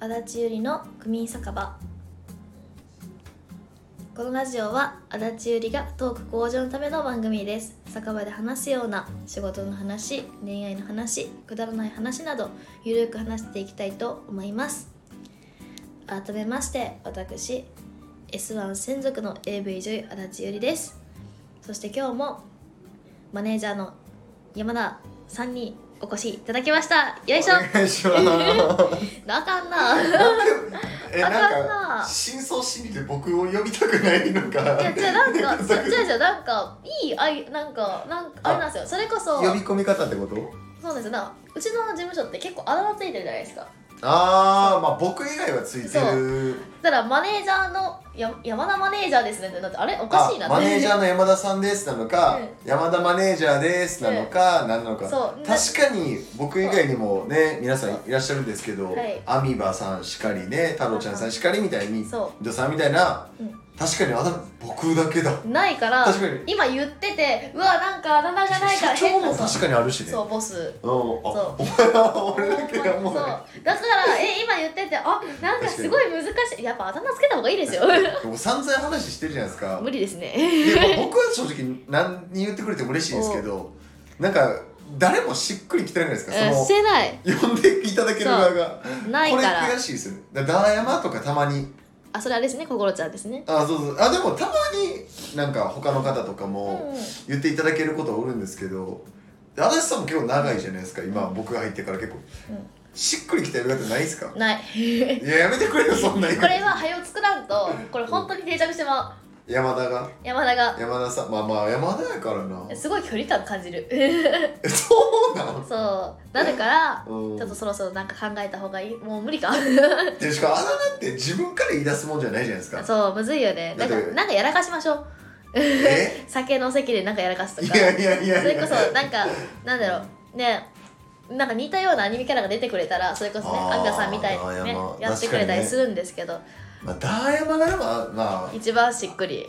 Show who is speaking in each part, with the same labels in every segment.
Speaker 1: 足立ゆりの区民酒場このラジオは足立ゆりがトーク向上のための番組です酒場で話すような仕事の話恋愛の話くだらない話などゆるく話していきたいと思います改めまして私 S1 専属の AV 女優足立ゆりですそして今日もマネージャーの山田さんにお越しいただきましたよいしょ
Speaker 2: お願いします
Speaker 1: なあかんな
Speaker 2: え
Speaker 1: あかん
Speaker 2: なん
Speaker 1: な
Speaker 2: か真相心理で僕を呼びたくないのか
Speaker 1: いやじゃ あなんかじ
Speaker 2: そう
Speaker 1: ゃあじゃあなんかいいあいなんかなんかあれなんですよそれこそそう
Speaker 2: 呼
Speaker 1: な
Speaker 2: び込み方ってこと
Speaker 1: んですよなうちの事務所って結構あだ名ついてるじゃないですか
Speaker 2: ああまあ僕以外はついてる
Speaker 1: だからマネージャーのや山田マネージャーですねってなってあれおかしいなっ
Speaker 2: あ
Speaker 1: て
Speaker 2: マネージャーの山田さんですなのか、山田マネージャーですなのか、何なのか
Speaker 1: そう
Speaker 2: 確かに僕以外にもね皆さんいらっしゃるんですけど、
Speaker 1: はい
Speaker 2: アミバさんしかりね太郎ちゃんさんしかりみたいに
Speaker 1: そ
Speaker 2: 伊藤さんみたいな、
Speaker 1: うん
Speaker 2: 確かにあだ名僕だけだ
Speaker 1: うないから
Speaker 2: 確かに
Speaker 1: 今言っててうわなんかあだ名がないから
Speaker 2: 社長
Speaker 1: 変な
Speaker 2: も確かにあるしね
Speaker 1: そうボス
Speaker 2: うん、あ
Speaker 1: そう
Speaker 2: お前は俺だけがもう
Speaker 1: そう
Speaker 2: ね
Speaker 1: だからえ今言っててあなんかすごい難しいやっぱあだ名つけた方がいい ですよ
Speaker 2: でも散々話してるじゃないですか
Speaker 1: 無理です
Speaker 2: い
Speaker 1: ね
Speaker 2: やまあ僕は正直何言ってくれても嬉しいんですけどなんか誰もしっくりきてないじゃないですか
Speaker 1: し
Speaker 2: そ
Speaker 1: てない
Speaker 2: の呼んでいただける側が
Speaker 1: な
Speaker 2: こ
Speaker 1: い
Speaker 2: れ
Speaker 1: から
Speaker 2: 悔しいですよねだからダーヤマとかたまに
Speaker 1: あそれあれですね心ちゃんですね
Speaker 2: あそうそうあでもたまになんか他の方とか
Speaker 1: うん
Speaker 2: も
Speaker 1: うん
Speaker 2: 言っていただけることはおるんですけど足立さんも結構長いじゃないですか今僕が入ってから結構、
Speaker 1: うん
Speaker 2: しっくりきてる方ないですか
Speaker 1: ない
Speaker 2: いややめてくれよそんな言い
Speaker 1: こ
Speaker 2: 方
Speaker 1: れは早う作らんとこれ本当に定着してまう
Speaker 2: 山田が
Speaker 1: 山田が
Speaker 2: 山田さんまあまあ山田やからな
Speaker 1: すごい距離感感じる
Speaker 2: えそうなん
Speaker 1: そうなるから
Speaker 2: うん
Speaker 1: ちょっとそろそろなんか考えた方がいいもう無理か
Speaker 2: でしかもあだ名って自分から言い出すもんじゃないじゃないですか
Speaker 1: そうむずいよねなんか
Speaker 2: だって
Speaker 1: なんかやらかしましょう
Speaker 2: え
Speaker 1: 酒の席でなんかやらかす
Speaker 2: い
Speaker 1: とか
Speaker 2: やいやいや
Speaker 1: それ
Speaker 2: い
Speaker 1: こ
Speaker 2: や
Speaker 1: そなんかなんだろうねなんか似たようなアニメキャラが出てくれたらそれこそね
Speaker 2: あー
Speaker 1: アンガさんみたいにね
Speaker 2: あーまあ
Speaker 1: やってくれたり
Speaker 2: 確かにね
Speaker 1: するんですけど、
Speaker 2: まあダーヤマがまあま
Speaker 1: 一番しっくり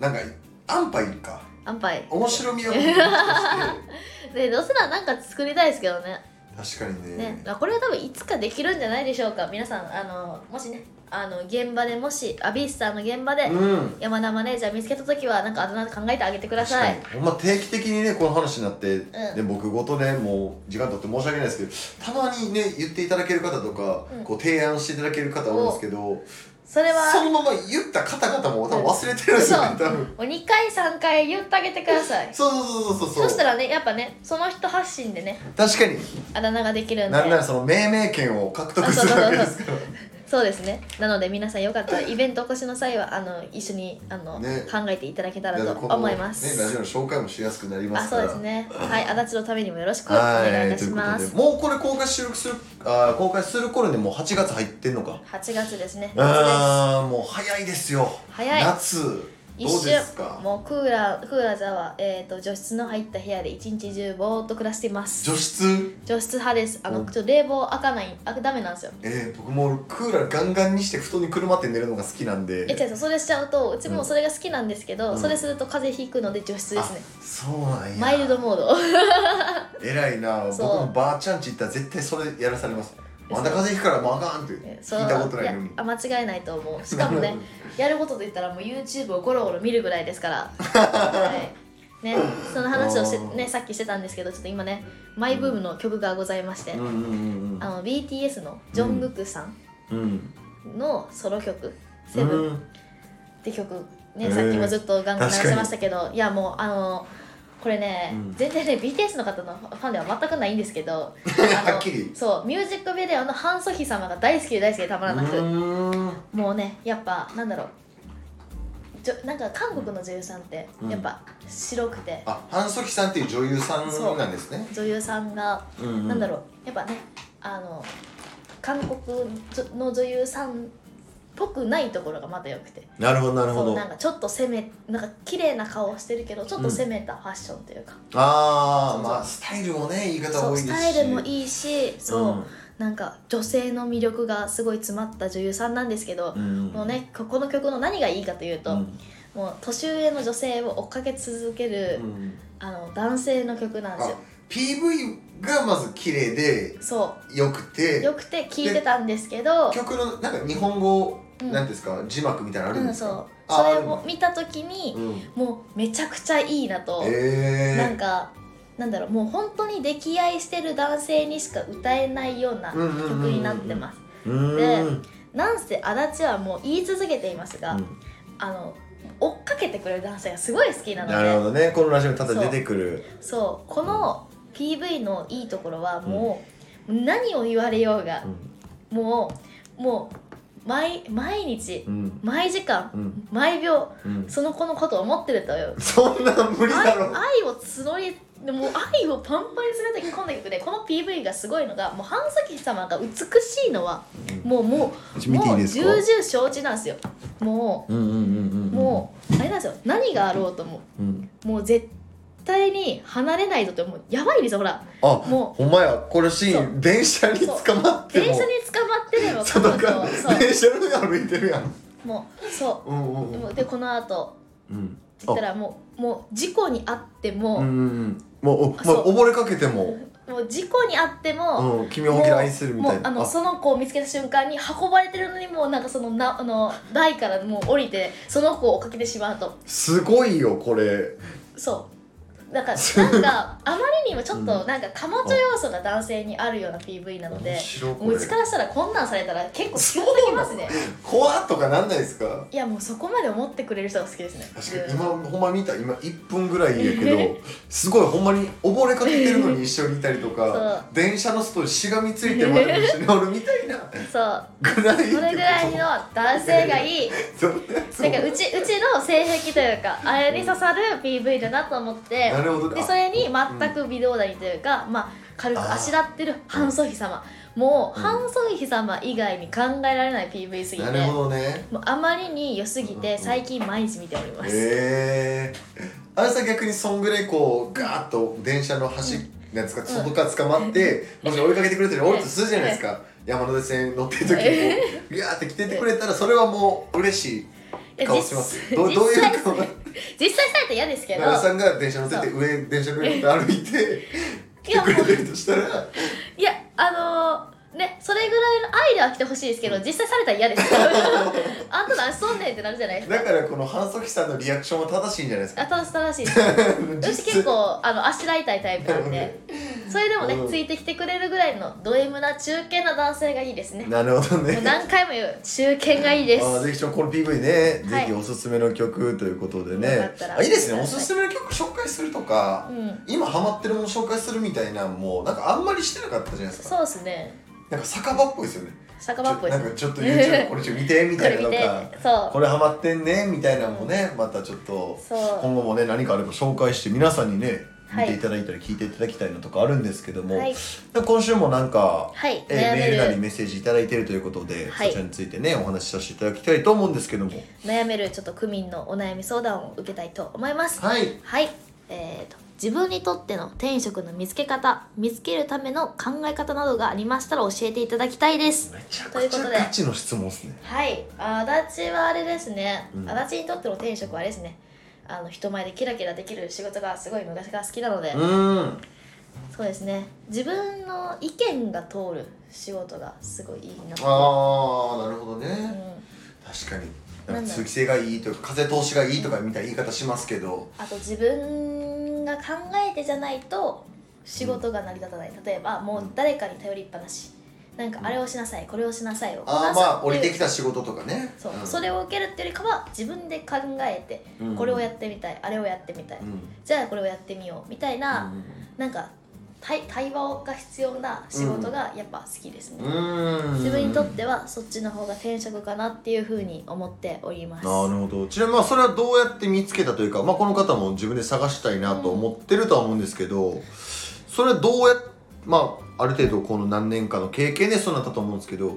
Speaker 2: あなんか安牌か
Speaker 1: 安牌
Speaker 2: 面白みを持ってきて
Speaker 1: でどうせならなんか作りたいですけどね
Speaker 2: 確かにね
Speaker 1: ね、まあこれは多分いつかできるんじゃないでしょうか皆さんあのもしねあの現場でもしアビースさんの現場で
Speaker 2: うん
Speaker 1: 山田マネージャー見つけた時はなんかあだ名考えてあげてくだ
Speaker 2: 確
Speaker 1: さ
Speaker 2: か
Speaker 1: い
Speaker 2: にほんま定期的にねこの話になって、
Speaker 1: ん
Speaker 2: で僕ごとねもう時間とって申し訳ないですけどたまにね言っていただける方とか、
Speaker 1: うん
Speaker 2: こう提案していただける方多いんですけど、
Speaker 1: それ
Speaker 2: そ
Speaker 1: は
Speaker 2: のまま言った方々も多分忘れてるんですよね多分
Speaker 1: もう2回3回言ってあげてください
Speaker 2: そうそうそうそうそう
Speaker 1: そしたらねやっぱねその人発信でね
Speaker 2: 確かに
Speaker 1: あだ名ができるんで
Speaker 2: なんならその命名権を獲得するわけですから
Speaker 1: そうですねなので皆さんよかったらイベントお越しの際はあの一緒にあの、
Speaker 2: ね
Speaker 1: 考えていただけたら
Speaker 2: だ
Speaker 1: と
Speaker 2: からこの
Speaker 1: 思います
Speaker 2: ね、ラジオの紹介もしやすくなりま
Speaker 1: あ
Speaker 2: す
Speaker 1: そう
Speaker 2: から
Speaker 1: ですねはい足立のためにもよろしくお願いい
Speaker 2: はい
Speaker 1: た
Speaker 2: と
Speaker 1: し
Speaker 2: いうこと
Speaker 1: ま
Speaker 2: ですもうこれ公開収録するあー公開する頃にもう8月入ってんのか
Speaker 1: 8月ですね夏
Speaker 2: あーもう早いですよ
Speaker 1: 早い
Speaker 2: 夏ど
Speaker 1: です
Speaker 2: うですか
Speaker 1: もうクーラークーラーじゃは、えー、と除湿の入った部屋で一日中ぼーっと暮らしています
Speaker 2: 除湿
Speaker 1: 除湿派ですあの、
Speaker 2: うん
Speaker 1: ちょっと冷房開かない開くダメなんですよ
Speaker 2: えー、僕もクーラーガンガンにして布団にくるまって寝るのが好きなんで
Speaker 1: え違う違うそれしちゃうとうちもそれが好きなんですけど、
Speaker 2: うん
Speaker 1: それすると風邪ひくので除湿ですね
Speaker 2: あそうなんや
Speaker 1: マイルドモード
Speaker 2: 偉いな僕
Speaker 1: そう
Speaker 2: もばあちゃんち行ったら絶対それやらされますまだ風邪ひくからもうあかんって
Speaker 1: そう
Speaker 2: 聞いたことないのに
Speaker 1: やあ間違いないと思うしかも ねやることといったらもう YouTube をゴロゴロ見るぐらいです から、はいね、その話をして、ね、さっきしてたんですけどちょっと今ねマイブームの曲がございまして、
Speaker 2: うんうんうん
Speaker 1: あの BTS のジョングクさん
Speaker 2: うんうん
Speaker 1: のソロ曲「セ
Speaker 2: う
Speaker 1: ブンっ
Speaker 2: ん
Speaker 1: て曲、ね
Speaker 2: うん
Speaker 1: さっきもずっとガンガン流
Speaker 2: 確かに
Speaker 1: してましたけどいやもうあのこれね、
Speaker 2: うん
Speaker 1: 全然ね BTS の方のファンでは全くないんですけ どあ
Speaker 2: は
Speaker 1: の
Speaker 2: っきり
Speaker 1: そうミュージックビデオのハン・ソヒ様が大好きで大好きでたまらなく、
Speaker 2: うん
Speaker 1: もうねやっぱなんだろうじょなんか韓国の女優さんって
Speaker 2: うん
Speaker 1: やっぱ白くて、
Speaker 2: あ、ハンソキさんっていう女優さんなんですね。
Speaker 1: 女優さんが
Speaker 2: な
Speaker 1: なんだ
Speaker 2: ろ
Speaker 1: ろうやっぱねあの韓国の女優さんっぽくないところがまた良くて
Speaker 2: う。なるほどなるほ
Speaker 1: そう
Speaker 2: ど。
Speaker 1: なん
Speaker 2: あ
Speaker 1: かちょっと攻めなんか綺麗な顔をしてるけどちょっと攻めたファッションというか、
Speaker 2: あ
Speaker 1: そう
Speaker 2: ー、
Speaker 1: そう
Speaker 2: まあスタイルもね言い方
Speaker 1: そう
Speaker 2: 多いですし。
Speaker 1: スタイルもいいしそう、
Speaker 2: うん
Speaker 1: なんか女性の魅力がすごい詰まった女優さんなんですけど、
Speaker 2: うん。
Speaker 1: もうねここの曲の何がいいかというと、
Speaker 2: うん。
Speaker 1: もう年上の女性を追っかけ続ける、
Speaker 2: うん
Speaker 1: あの男性の曲なんですよ
Speaker 2: PV がまず綺麗で
Speaker 1: そ
Speaker 2: 良く
Speaker 1: う
Speaker 2: て
Speaker 1: よくて聞いてたんですけど
Speaker 2: 曲のなんか日本語、
Speaker 1: うん
Speaker 2: なんていうんですか字幕みたいなのあるん
Speaker 1: う
Speaker 2: で
Speaker 1: ん
Speaker 2: すか
Speaker 1: そ、う
Speaker 2: あ
Speaker 1: それ
Speaker 2: ある
Speaker 1: を
Speaker 2: の
Speaker 1: 見た時に
Speaker 2: うん、
Speaker 1: もうめちゃくちゃいいなと、
Speaker 2: え
Speaker 1: なん
Speaker 2: ー、
Speaker 1: かなんだろうもう本当に溺愛してる男性にしか歌えないような曲になってます、
Speaker 2: うーん
Speaker 1: で
Speaker 2: うん
Speaker 1: なんせ足立はもう言い続けていますが、あの追っかけてくれる男性がすごい好きなので
Speaker 2: なるほどねこのラジオにただ出てくる
Speaker 1: そうこの PV のいいところはもう、何を言われようが
Speaker 2: う、
Speaker 1: もうもう毎毎日
Speaker 2: ん
Speaker 1: 毎時間
Speaker 2: うんうん
Speaker 1: 毎秒
Speaker 2: うん
Speaker 1: その子のことを思ってるという
Speaker 2: そんなん無理
Speaker 1: 愛
Speaker 2: だろ
Speaker 1: 愛を募りもう愛をパンパンにするときこんな曲でこの PV がすごいのがもう半崎様が美しいのはもうもう
Speaker 2: 見てい
Speaker 1: も
Speaker 2: いうで
Speaker 1: 重
Speaker 2: すか
Speaker 1: 々承知なんですよも
Speaker 2: うんうんうんうん
Speaker 1: うもうあれなんですよ何があろうとも
Speaker 2: うん、うん、
Speaker 1: もう絶対に離れないぞってもうやばいですよほら
Speaker 2: あ
Speaker 1: も
Speaker 2: ほんまやこのシーン電車に捕まって
Speaker 1: 電
Speaker 2: も
Speaker 1: 車に捕まってれば
Speaker 2: そ
Speaker 1: 彼
Speaker 2: の
Speaker 1: 女
Speaker 2: 間
Speaker 1: そう
Speaker 2: 電車の上歩いてるやん
Speaker 1: もうそ
Speaker 2: うんうん
Speaker 1: う
Speaker 2: う
Speaker 1: で
Speaker 2: ん
Speaker 1: もでこの後
Speaker 2: うん
Speaker 1: 言ったらもうもう事故に遭って
Speaker 2: うんうん
Speaker 1: も、
Speaker 2: うんもうお、まあ、
Speaker 1: そう
Speaker 2: 溺れかけても、
Speaker 1: もう事故に遭っても、
Speaker 2: うん、君を本気で愛するみ
Speaker 1: も
Speaker 2: た
Speaker 1: う
Speaker 2: いな
Speaker 1: あの
Speaker 2: あ
Speaker 1: その子を見つけた瞬間に運ばれてるのにもうなんかそのなあの台からもう降りてその子を追っかけてしまうと
Speaker 2: すごいよこれ
Speaker 1: そうなんかなん かあまりにもちょっとなんかカマチョ要素が男性にあるような PV なので
Speaker 2: 面白いこ
Speaker 1: もう
Speaker 2: れ
Speaker 1: うちからしたらこんなんされたら結構近すぎますね
Speaker 2: 怖っとかなんないですか
Speaker 1: いやもうそこまで思ってくれる人が好きですね
Speaker 2: 確かに今ほんま見た今1分ぐらいやけどすごいほんまに溺れかけてるのに一緒にいたりとか 電車の外にしがみついてまで一緒におるみたいな
Speaker 1: そう
Speaker 2: ぐらいって
Speaker 1: それぐらいの男性がいい
Speaker 2: そんなやつ
Speaker 1: なんかうちうちの性癖というかあれに刺さる PV だなと思って
Speaker 2: なるほど
Speaker 1: で
Speaker 2: ね
Speaker 1: それに全く微動だにというか、まあ軽くあしらってるハン・ソヒ様もう、
Speaker 2: うん
Speaker 1: ハン・ソヒ様以外に考えられない PV すぎて
Speaker 2: なるほどね
Speaker 1: もうあまりに良すぎ
Speaker 2: うんう
Speaker 1: て
Speaker 2: ん
Speaker 1: 最近毎日見ております、
Speaker 2: へえあれさ逆にそんぐらいこうガーッと電車の端、なんですか外から捕まって、もし追いかけてくれて る人おるとするじゃないですか、山手線乗ってる時にこうガーって来ててくれたらそれはもう嬉し
Speaker 1: い
Speaker 2: い
Speaker 1: や
Speaker 2: 顔してますよ
Speaker 1: 実
Speaker 2: どうどういう
Speaker 1: 実際
Speaker 2: 顔
Speaker 1: 実際されたら嫌ですけど
Speaker 2: 奈良さんが電車乗ってて上電車ぐらいのこと歩いて 来
Speaker 1: い
Speaker 2: て
Speaker 1: や
Speaker 2: く
Speaker 1: も
Speaker 2: れ
Speaker 1: う
Speaker 2: てるとしたら
Speaker 1: いやあのーねそれぐらいの愛では来てほしいですけど実際されたら嫌です あんた何しとんねんってなるじゃないですか
Speaker 2: だからこの反則さんのリアクションは正しいんじゃないですか
Speaker 1: 新しいです私結構あのあしらいたいタイプなんでそれでもね、
Speaker 2: うん
Speaker 1: ついてきてくれるぐらいのド M な中堅な男性がいいですねも
Speaker 2: なるほどね
Speaker 1: う何回も言う中堅がいいです
Speaker 2: あーぜひちょっとこの PV ね、
Speaker 1: はい
Speaker 2: ぜひおすすめの曲ということで
Speaker 1: よか
Speaker 2: ね
Speaker 1: ったら
Speaker 2: あいいですねおすすめの曲紹介するとか、
Speaker 1: うん
Speaker 2: 今ハマってるもの紹介するみたいなのもなんかあんまりしてなかったじゃないですか
Speaker 1: そうですね
Speaker 2: なんか酒場っぽいですよね
Speaker 1: 酒場っぽい
Speaker 2: ち
Speaker 1: です
Speaker 2: ょなん
Speaker 1: ね
Speaker 2: かちょっと YouTube これちょっと見てみ
Speaker 1: こ
Speaker 2: たい
Speaker 1: れ
Speaker 2: な
Speaker 1: 見
Speaker 2: と
Speaker 1: て
Speaker 2: か
Speaker 1: そ
Speaker 2: こ
Speaker 1: う
Speaker 2: れハマってんねみたいなのもねまたちょっと
Speaker 1: そ
Speaker 2: 今後もね何かあれば紹介して皆さんにね見
Speaker 1: はい
Speaker 2: ていただいたり聞いていただきたいのとかあるんですけど
Speaker 1: う
Speaker 2: も、
Speaker 1: はい
Speaker 2: 今週もなんか
Speaker 1: はい
Speaker 2: え
Speaker 1: 悩
Speaker 2: ーメールな
Speaker 1: め
Speaker 2: り
Speaker 1: る
Speaker 2: メッセージいただいているということで、
Speaker 1: はい
Speaker 2: そちらについてねお話しさせていただきたいと思うんですけども
Speaker 1: 悩めるちょっと区民のお悩み相談を受けたいと思います
Speaker 2: はい
Speaker 1: はい、えー、と自分にとっての転職の見つけ方見つけるための考え方などがありましたら教えていただきたいです
Speaker 2: めちゃ
Speaker 1: と
Speaker 2: く
Speaker 1: いうこ
Speaker 2: ちゃ
Speaker 1: とで
Speaker 2: ガチの質問ですね
Speaker 1: はい足立はあれですね、
Speaker 2: うん
Speaker 1: 足立にとっての転職はあれですねあの人前でキラキラできる仕事がすごい昔から好きなので、
Speaker 2: うーん
Speaker 1: そうですね自分の意見が通る仕事がすごいいいなと、
Speaker 2: ああなるほど
Speaker 1: うん
Speaker 2: ね、確かに
Speaker 1: な
Speaker 2: なんん
Speaker 1: だ
Speaker 2: か通気性がいいとか風通しがいいとかみたいな言い方しますけど
Speaker 1: あと自分が考えてじゃないと仕事が成り立たない例えばもう誰かに頼りっぱなしなんかあれをしなさいこれをしなさいをこ
Speaker 2: あ
Speaker 1: な
Speaker 2: あ
Speaker 1: さい
Speaker 2: まあ降り
Speaker 1: って
Speaker 2: て
Speaker 1: いう
Speaker 2: きた仕事とかね
Speaker 1: そう、
Speaker 2: ん
Speaker 1: それを受けるっていうよりかは自分で考えて、
Speaker 2: うん
Speaker 1: これをやってみたいあれをやってみたい、
Speaker 2: うん
Speaker 1: じゃあこれをやってみようみたいな、
Speaker 2: う
Speaker 1: なんか対対話が必要な仕事がやっぱ好きですね、
Speaker 2: んうーん
Speaker 1: 自分にとってはそっちの方が転職かなっていうふうに思っておりま
Speaker 2: な
Speaker 1: す
Speaker 2: るほどちなみにまあそれはどうやって見つけたというか、まあ、この方も自分で探したいなと思ってるとは思うんですけどそれはどうやっまあある程度この何年かの経験でそうなったと思うんですけど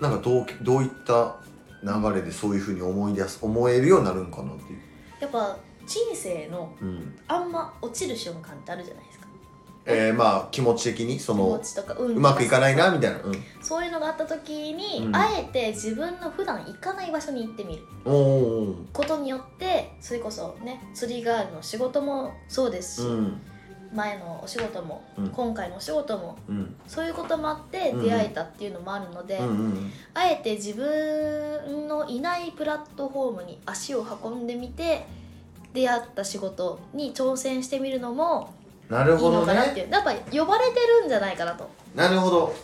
Speaker 2: なんかどうどういった流れでそういうふうに思い出す思えるようになるんかなっていう、
Speaker 1: やっぱ人生の
Speaker 2: うん
Speaker 1: あんま落ちる瞬間ってあるじゃないですか
Speaker 2: えーまあ気持ち的にそ
Speaker 1: 気持
Speaker 2: の
Speaker 1: ちとか運と
Speaker 2: う
Speaker 1: か
Speaker 2: まくいかないなみたいな、うん、
Speaker 1: そういうのがあった時に、
Speaker 2: うん
Speaker 1: あえて自分の普段行かない場所に行ってみる
Speaker 2: おお
Speaker 1: ことによってそれこそね釣りガールの仕事もそうですし、
Speaker 2: うん
Speaker 1: 前のお仕事も、
Speaker 2: うん
Speaker 1: 今回のお仕事も
Speaker 2: うん
Speaker 1: そういうこともあって
Speaker 2: うんうん
Speaker 1: 出会えたっていうのもあるので、
Speaker 2: うんうん
Speaker 1: あえて自分のいないプラットフォームに足を運んでみて出会った仕事に挑戦してみるのも
Speaker 2: なる
Speaker 1: いい
Speaker 2: ほ
Speaker 1: の
Speaker 2: ど
Speaker 1: かなって
Speaker 2: ね
Speaker 1: いう、やっぱ呼ばれてるんじゃないかなと、
Speaker 2: なるほど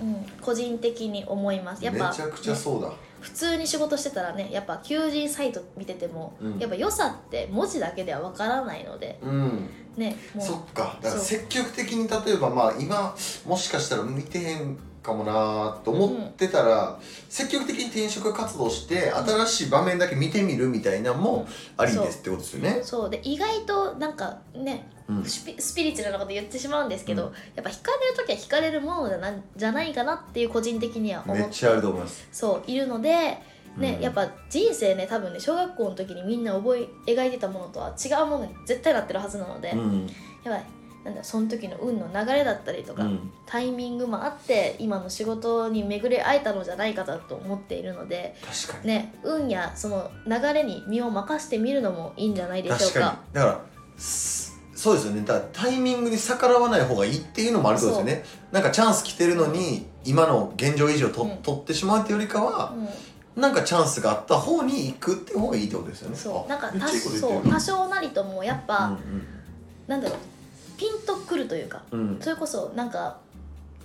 Speaker 1: うん、個人的に思いますや
Speaker 2: め
Speaker 1: っ
Speaker 2: ち
Speaker 1: ぱ、
Speaker 2: ゃくちゃ
Speaker 1: ね
Speaker 2: そうだ
Speaker 1: 普通に仕事してたらねやっぱ求人サイト見てても、
Speaker 2: うん
Speaker 1: やっぱ良さって文字だけではわからないので
Speaker 2: うん
Speaker 1: ねもう
Speaker 2: そっかだ
Speaker 1: そ
Speaker 2: か
Speaker 1: う
Speaker 2: ら積極的に例えばまあ今もしかしたら見てへんかもなーと思ってたら、積極的に転職活動して新しい場面だけ見てみるみたいなのもありですってことですよね。
Speaker 1: そうで意外となんかね
Speaker 2: うん
Speaker 1: スピスピリチュアルなこと言ってしまうんですけど、
Speaker 2: う
Speaker 1: やっぱ惹かれる時は惹かれるものじゃなじゃないかなっていう個人的には
Speaker 2: め
Speaker 1: 思っ
Speaker 2: っちゃあると思います。
Speaker 1: そういるので、ね
Speaker 2: うん
Speaker 1: やっぱ人生ね多分ね小学校の時にみんな覚え描いてたものとは違うものに絶対なってるはずなので、
Speaker 2: うん、
Speaker 1: やばいなんだその時の運の流れだったりと
Speaker 2: う
Speaker 1: か、
Speaker 2: ん、
Speaker 1: タイミングもあって今の仕事に巡り会えたのじゃないかなと思っているので、
Speaker 2: 確かに。
Speaker 1: ね、運やその流れに身を任せてみるのもいいんじゃないでしょう
Speaker 2: 確
Speaker 1: か。
Speaker 2: かに。だから、すそうですよね。だからタイミングに逆らわない方がいいっていうのもあるそうですよね。なんかチャンス来てるのに、今の現状維持をと、
Speaker 1: うん
Speaker 2: 取ってしまうっていうよりかは、
Speaker 1: うん
Speaker 2: なんかチャンスがあった方に行くって方がいいってことですよね。
Speaker 1: そう
Speaker 2: あ
Speaker 1: なんか
Speaker 2: めっち
Speaker 1: 多
Speaker 2: ゃいいこと言って
Speaker 1: そ
Speaker 2: る
Speaker 1: う多少なりともやっぱ、
Speaker 2: う
Speaker 1: なんだろうピンとくるというか
Speaker 2: んうんうん
Speaker 1: それこそなんか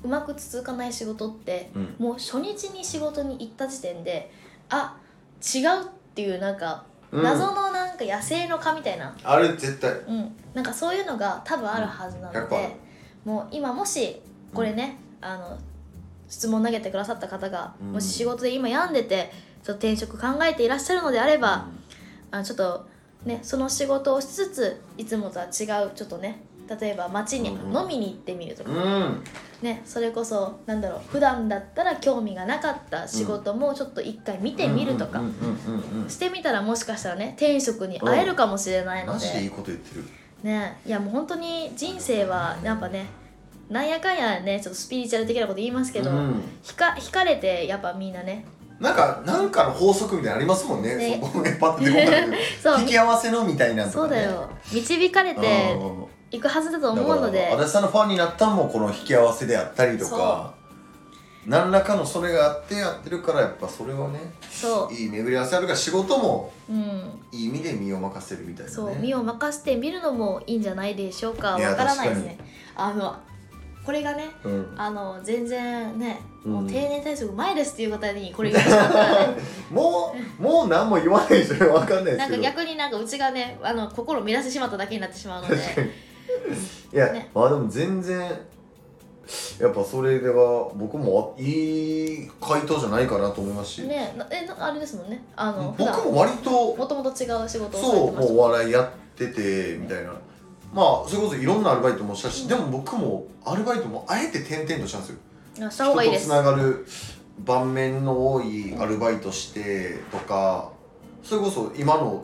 Speaker 1: うまく続かない仕事って
Speaker 2: うん
Speaker 1: もう初日に仕事に行った時点であ違うっていうなんか
Speaker 2: うん
Speaker 1: 謎のなんか野生の蚊みたいな、
Speaker 2: あれ絶対
Speaker 1: うんなんかそういうのが多分あるはずな
Speaker 2: うんや
Speaker 1: の
Speaker 2: っぱ
Speaker 1: で、もう今もしこれね、あの質問投げてくださった方が、
Speaker 2: うん
Speaker 1: もし仕事で今病んでてちょっと転職考えていらっしゃるのであれば、あちょっとねその仕事をしつついつもとは違うちょっとね例えば街に
Speaker 2: うんうん
Speaker 1: 飲みに行ってみるとか、
Speaker 2: うん
Speaker 1: ねそれこそなんだろう普段だったら興味がなかった仕事もちょっと一回見てみるとか、
Speaker 2: うんうんうんうんうん
Speaker 1: してみたらもしかしたらね転職に会えるかもしれないの
Speaker 2: マ
Speaker 1: で
Speaker 2: ジでいいこと言ってる
Speaker 1: ねいやもう本当に人生はやっぱねなんやかんやねちょっとスピリチュアル的なこと言いますけど、
Speaker 2: うん
Speaker 1: ひか惹かれてやっぱみんなね
Speaker 2: なんかなんかの法則みたいなのありますもんね
Speaker 1: ね
Speaker 2: そこねパッて出てこないけど
Speaker 1: そう
Speaker 2: 引き合わせのみたいなのと
Speaker 1: そう
Speaker 2: かね
Speaker 1: だよ導かれて
Speaker 2: うんうん
Speaker 1: いくはずだと
Speaker 2: うんだ
Speaker 1: 思うので
Speaker 2: から足立さんのファンになったのもこの引き合わせであったりとか何らかのそれがあってやってるからやっぱそれはね
Speaker 1: そ
Speaker 2: いい巡り合わせあるから仕事も
Speaker 1: う、うん、
Speaker 2: いい意味で身を任せるみたいなね
Speaker 1: そう身を任せてみるのもいいんじゃないでしょうかわ
Speaker 2: いや
Speaker 1: からないですねあのこれがね
Speaker 2: うん
Speaker 1: あの全然ね、もううん定年退職前ですっていう方にこれ言ってしまったら ね
Speaker 2: もうもう何も言わないでしょわかんないで
Speaker 1: な
Speaker 2: す
Speaker 1: ん
Speaker 2: け
Speaker 1: か
Speaker 2: ど
Speaker 1: 逆になんかうちがねあの心を乱してしまっただけになってしまうので
Speaker 2: 確かにいや、
Speaker 1: ね
Speaker 2: まあでも全然やっぱそれでは僕もいい回答じゃないかなと思いますし、
Speaker 1: ねなえなあれですもんねあの普
Speaker 2: 僕
Speaker 1: 段
Speaker 2: も割と
Speaker 1: もともと違う仕事をされ
Speaker 2: そ
Speaker 1: て
Speaker 2: う
Speaker 1: ま
Speaker 2: も
Speaker 1: し
Speaker 2: うお笑いやっててみたいなまあそれこそいろんなアルバイトもしたし、
Speaker 1: うん
Speaker 2: でも僕もアルバイトもあえて転々としたんですよ
Speaker 1: たあした方がいいで
Speaker 2: 人
Speaker 1: す
Speaker 2: とつながる盤面の多いアルバイトしてとかそれこそ今の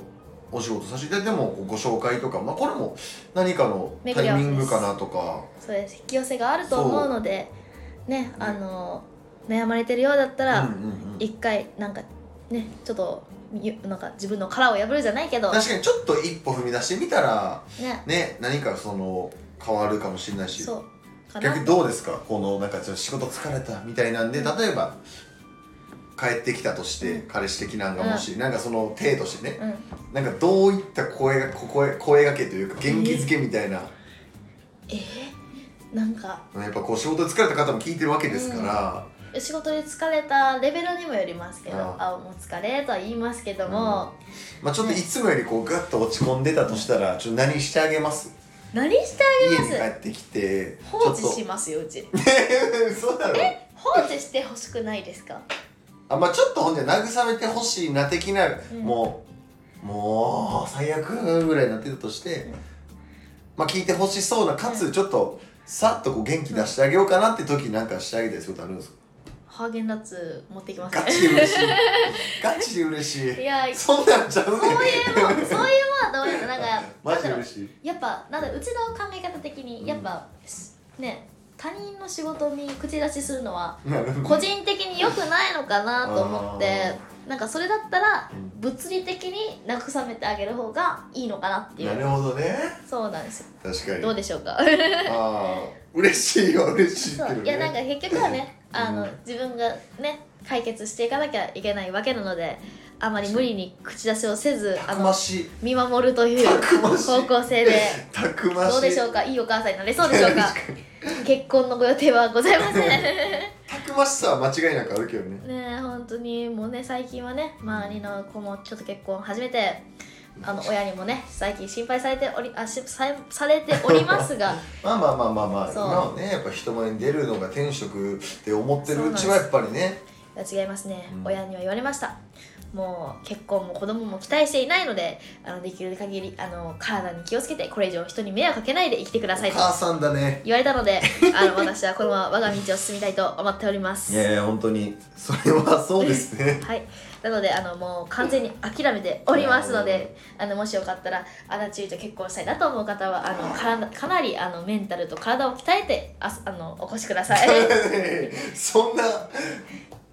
Speaker 2: お仕事させていただいてもご紹介とか、まあ、これも何かのタイミングかなとか
Speaker 1: そうです引き寄せがあると思うのでねあの悩まれてるようだったら、
Speaker 2: うんうんうん
Speaker 1: 一回なんかねちょっとゆなんか自分の殻を破るじゃないけど、ね、
Speaker 2: 確かにちょっと一歩踏み出してみたらね何かその変わるかもしれないし
Speaker 1: そうかな
Speaker 2: 逆にどうですかこのなんかちょっと仕事疲れたみたいなんで例えば帰ってきたとして、
Speaker 1: うん
Speaker 2: 彼氏的なんがもし、なんかその体としてね
Speaker 1: うん、
Speaker 2: なんかどういった声がこ声声がけというか元気づけみたいな、
Speaker 1: えー、なんか
Speaker 2: やっぱこう仕事で疲れた方も聞いてるわけですから、
Speaker 1: 仕事で疲れたレベルにもよりますけど
Speaker 2: あ
Speaker 1: 「あもう疲れ」とは言いますけども、
Speaker 2: まあ、ちょっといつもよりこうガッと落ち込んでたとしたらちょっと何してあげます
Speaker 1: 何して
Speaker 2: 家
Speaker 1: あ
Speaker 2: に
Speaker 1: げ
Speaker 2: 帰
Speaker 1: ます
Speaker 2: ってきてち
Speaker 1: 放
Speaker 2: ょっ
Speaker 1: 置
Speaker 2: と
Speaker 1: しますようち
Speaker 2: そうだろ
Speaker 1: 放置してほしくないですか
Speaker 2: あまあちょっとほんで慰めてほしいな的な、
Speaker 1: うん
Speaker 2: もうもう最悪ぐらいになってたとして、
Speaker 1: うん
Speaker 2: まあ聞いてほしそうなか
Speaker 1: う
Speaker 2: つちょっとさっとこう元気出してあげようかなって時なんかしてあげたりすることあるんですか
Speaker 1: ハーゲンダッツ持ってきます
Speaker 2: ガチで 嬉しいガチで嬉しい
Speaker 1: いや
Speaker 2: そんなんちゃ
Speaker 1: そうい
Speaker 2: うね
Speaker 1: うもんそういうもんはどうやったなんか
Speaker 2: マ
Speaker 1: なん
Speaker 2: ジ
Speaker 1: だ
Speaker 2: で
Speaker 1: ろう
Speaker 2: 嬉しい
Speaker 1: やっぱなんだうちの考え方的
Speaker 2: うん
Speaker 1: にやっぱ、ね他人の仕事に口出しするのは
Speaker 2: なるほど
Speaker 1: 個人的に良くないのかなと思って
Speaker 2: あ
Speaker 1: なんかそれだったら
Speaker 2: うん
Speaker 1: 物理的に慰めてあげる方がいいのかなってい
Speaker 2: なる
Speaker 1: う
Speaker 2: ほどね
Speaker 1: そうなんですよ
Speaker 2: 確かに
Speaker 1: どうでしょうか
Speaker 2: ああ嬉しいは嬉しいけ
Speaker 1: そ
Speaker 2: ど、
Speaker 1: う
Speaker 2: ね、
Speaker 1: いやなんか結局はね
Speaker 2: うん
Speaker 1: あの自分がね解決していかなきゃいけないわけなのであまり無理に口出しをせずあ
Speaker 2: たくま
Speaker 1: の
Speaker 2: しい
Speaker 1: 見守るという
Speaker 2: たくましい
Speaker 1: 方向性で
Speaker 2: たくましい
Speaker 1: どうでしょうかいいお母さんになれそうでしょうか
Speaker 2: 確に
Speaker 1: 結婚のご予定はございませんね
Speaker 2: たくましさは間違いなくあるけどね
Speaker 1: え本当にもうね最近はねまあ兄の子もちょっと結婚を始めてあの親にもね最近心配されておりあしさされております が
Speaker 2: まあまあまあまあま
Speaker 1: そ
Speaker 2: あ
Speaker 1: う
Speaker 2: 今はねやっぱ人前に出るのが天職って思ってるうちはやっぱりね
Speaker 1: いや違いますね、
Speaker 2: うん
Speaker 1: 親には言われましたもう結婚も子供も期待していないのであのできる限りあの体に気をつけてこれ以上人に迷惑かけないで生きてください
Speaker 2: お
Speaker 1: と
Speaker 2: 母さんだね
Speaker 1: 言われたのであの私はこのまま我が道を進みたいと思っております
Speaker 2: いやいや本当にそれはそうですね
Speaker 1: はい、なのであのもう完全に諦めておりますのであのもしよかったら足立ゆいと結婚したいなと思う方はあのからかなりあのメンタルと体を鍛えてあすあのお越しくださ い
Speaker 2: そんな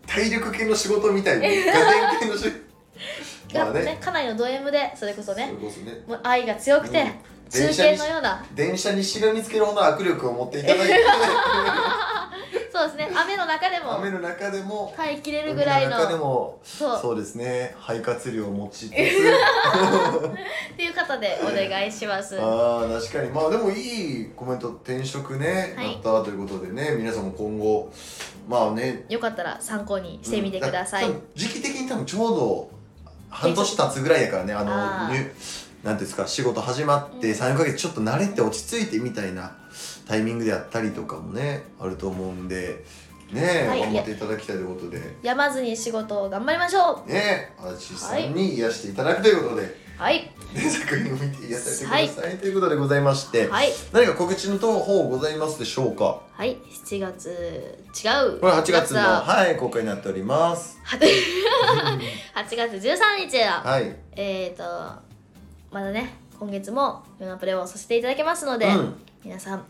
Speaker 2: 体力系の仕事みたいな画面系 の仕事ま
Speaker 1: が、
Speaker 2: あ
Speaker 1: ね
Speaker 2: ね、
Speaker 1: かなりのド M でそれこそ
Speaker 2: それ
Speaker 1: ね
Speaker 2: こそね
Speaker 1: もう愛が強くて、
Speaker 2: うん
Speaker 1: 中
Speaker 2: 電車
Speaker 1: 堅
Speaker 2: に
Speaker 1: のような
Speaker 2: 電車にしがみつけるほど握力を持ってい ただいて
Speaker 1: そうですね雨の中で
Speaker 2: 雨
Speaker 1: も
Speaker 2: の中でも
Speaker 1: 耐えきれ
Speaker 2: 海
Speaker 1: る
Speaker 2: の
Speaker 1: ぐらい
Speaker 2: 中で
Speaker 1: の
Speaker 2: も
Speaker 1: そう
Speaker 2: そうですね肺活量を 持ち
Speaker 1: っ
Speaker 2: つつ
Speaker 1: ていう方でお願いします。
Speaker 2: あー確かにまあでもいいコメント転職ね、
Speaker 1: はい
Speaker 2: なったということでね皆さんも今後まあね
Speaker 1: よかったら参考にしてみてください。
Speaker 2: うん多分時期的に多分ちょうど半年経つぐらいやからねあの
Speaker 1: あー
Speaker 2: 入なんていうんですか仕事始まっ
Speaker 1: う
Speaker 2: て
Speaker 1: ん
Speaker 2: 3ヶ月ちょっと慣れて落ち着いてみたいなタイミングであったりとかもねあると思うんでねえ、
Speaker 1: はい
Speaker 2: 頑張っていただきたいということで
Speaker 1: やまずに仕事を頑張りましょ
Speaker 2: ねえ足立さんに癒していただくということで、
Speaker 1: う。はい、
Speaker 2: で作品を見て癒されてください、ということでございまして、
Speaker 1: はい、
Speaker 2: 何か告知の方ございますでしょうか
Speaker 1: はい、7月違う。
Speaker 2: これ8月の
Speaker 1: だ
Speaker 2: はい公開になっております
Speaker 1: は8月13日は、
Speaker 2: はい
Speaker 1: えっ、ー、とまだね今月も「ヨナプレ」をさせていただきますので、
Speaker 2: うん
Speaker 1: 皆さん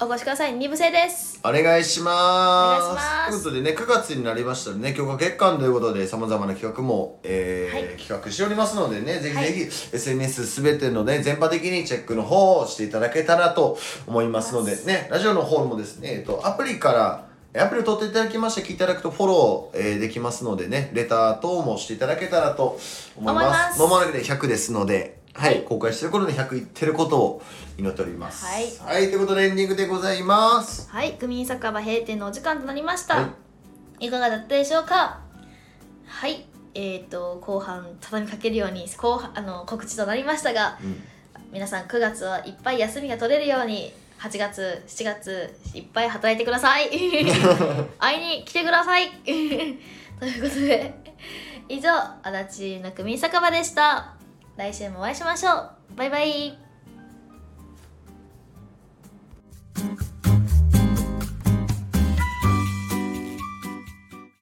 Speaker 1: お越しください2部制です
Speaker 2: お願いします
Speaker 1: お願いします
Speaker 2: ということでね9月になりましたらね強化月間ということでさまざまな企画も、えー
Speaker 1: はい
Speaker 2: 企画しておりますのでねぜひ
Speaker 1: はい
Speaker 2: ぜひ SNS すべてのね全般的にチェックの方をしていただけたらと思いますのでねラジオの方もですね、えっとアプリからえーアプリを取っていただきまして聞いていただくとフォロー、えーできますのでねレター等もしていただけたらと思い
Speaker 1: 思い
Speaker 2: ま。
Speaker 1: ますす
Speaker 2: まもなくで100ですので、はい、
Speaker 1: はい
Speaker 2: 公開してる頃に100いってることを祈っております。
Speaker 1: はい
Speaker 2: ということでエンディングでございます。
Speaker 1: はいグミン酒場閉店のお時間となりました、、
Speaker 2: はい
Speaker 1: かがだったでしょうかはいえっ、ー、と後半畳みかけるように後半あの告知となりましたが
Speaker 2: うん
Speaker 1: 皆さん9月はいっぱい休みが取れるように8月7月いっぱい働いてください会いに来てください ということで以上足立の組酒場でした来週もお会いしましょうバイバイ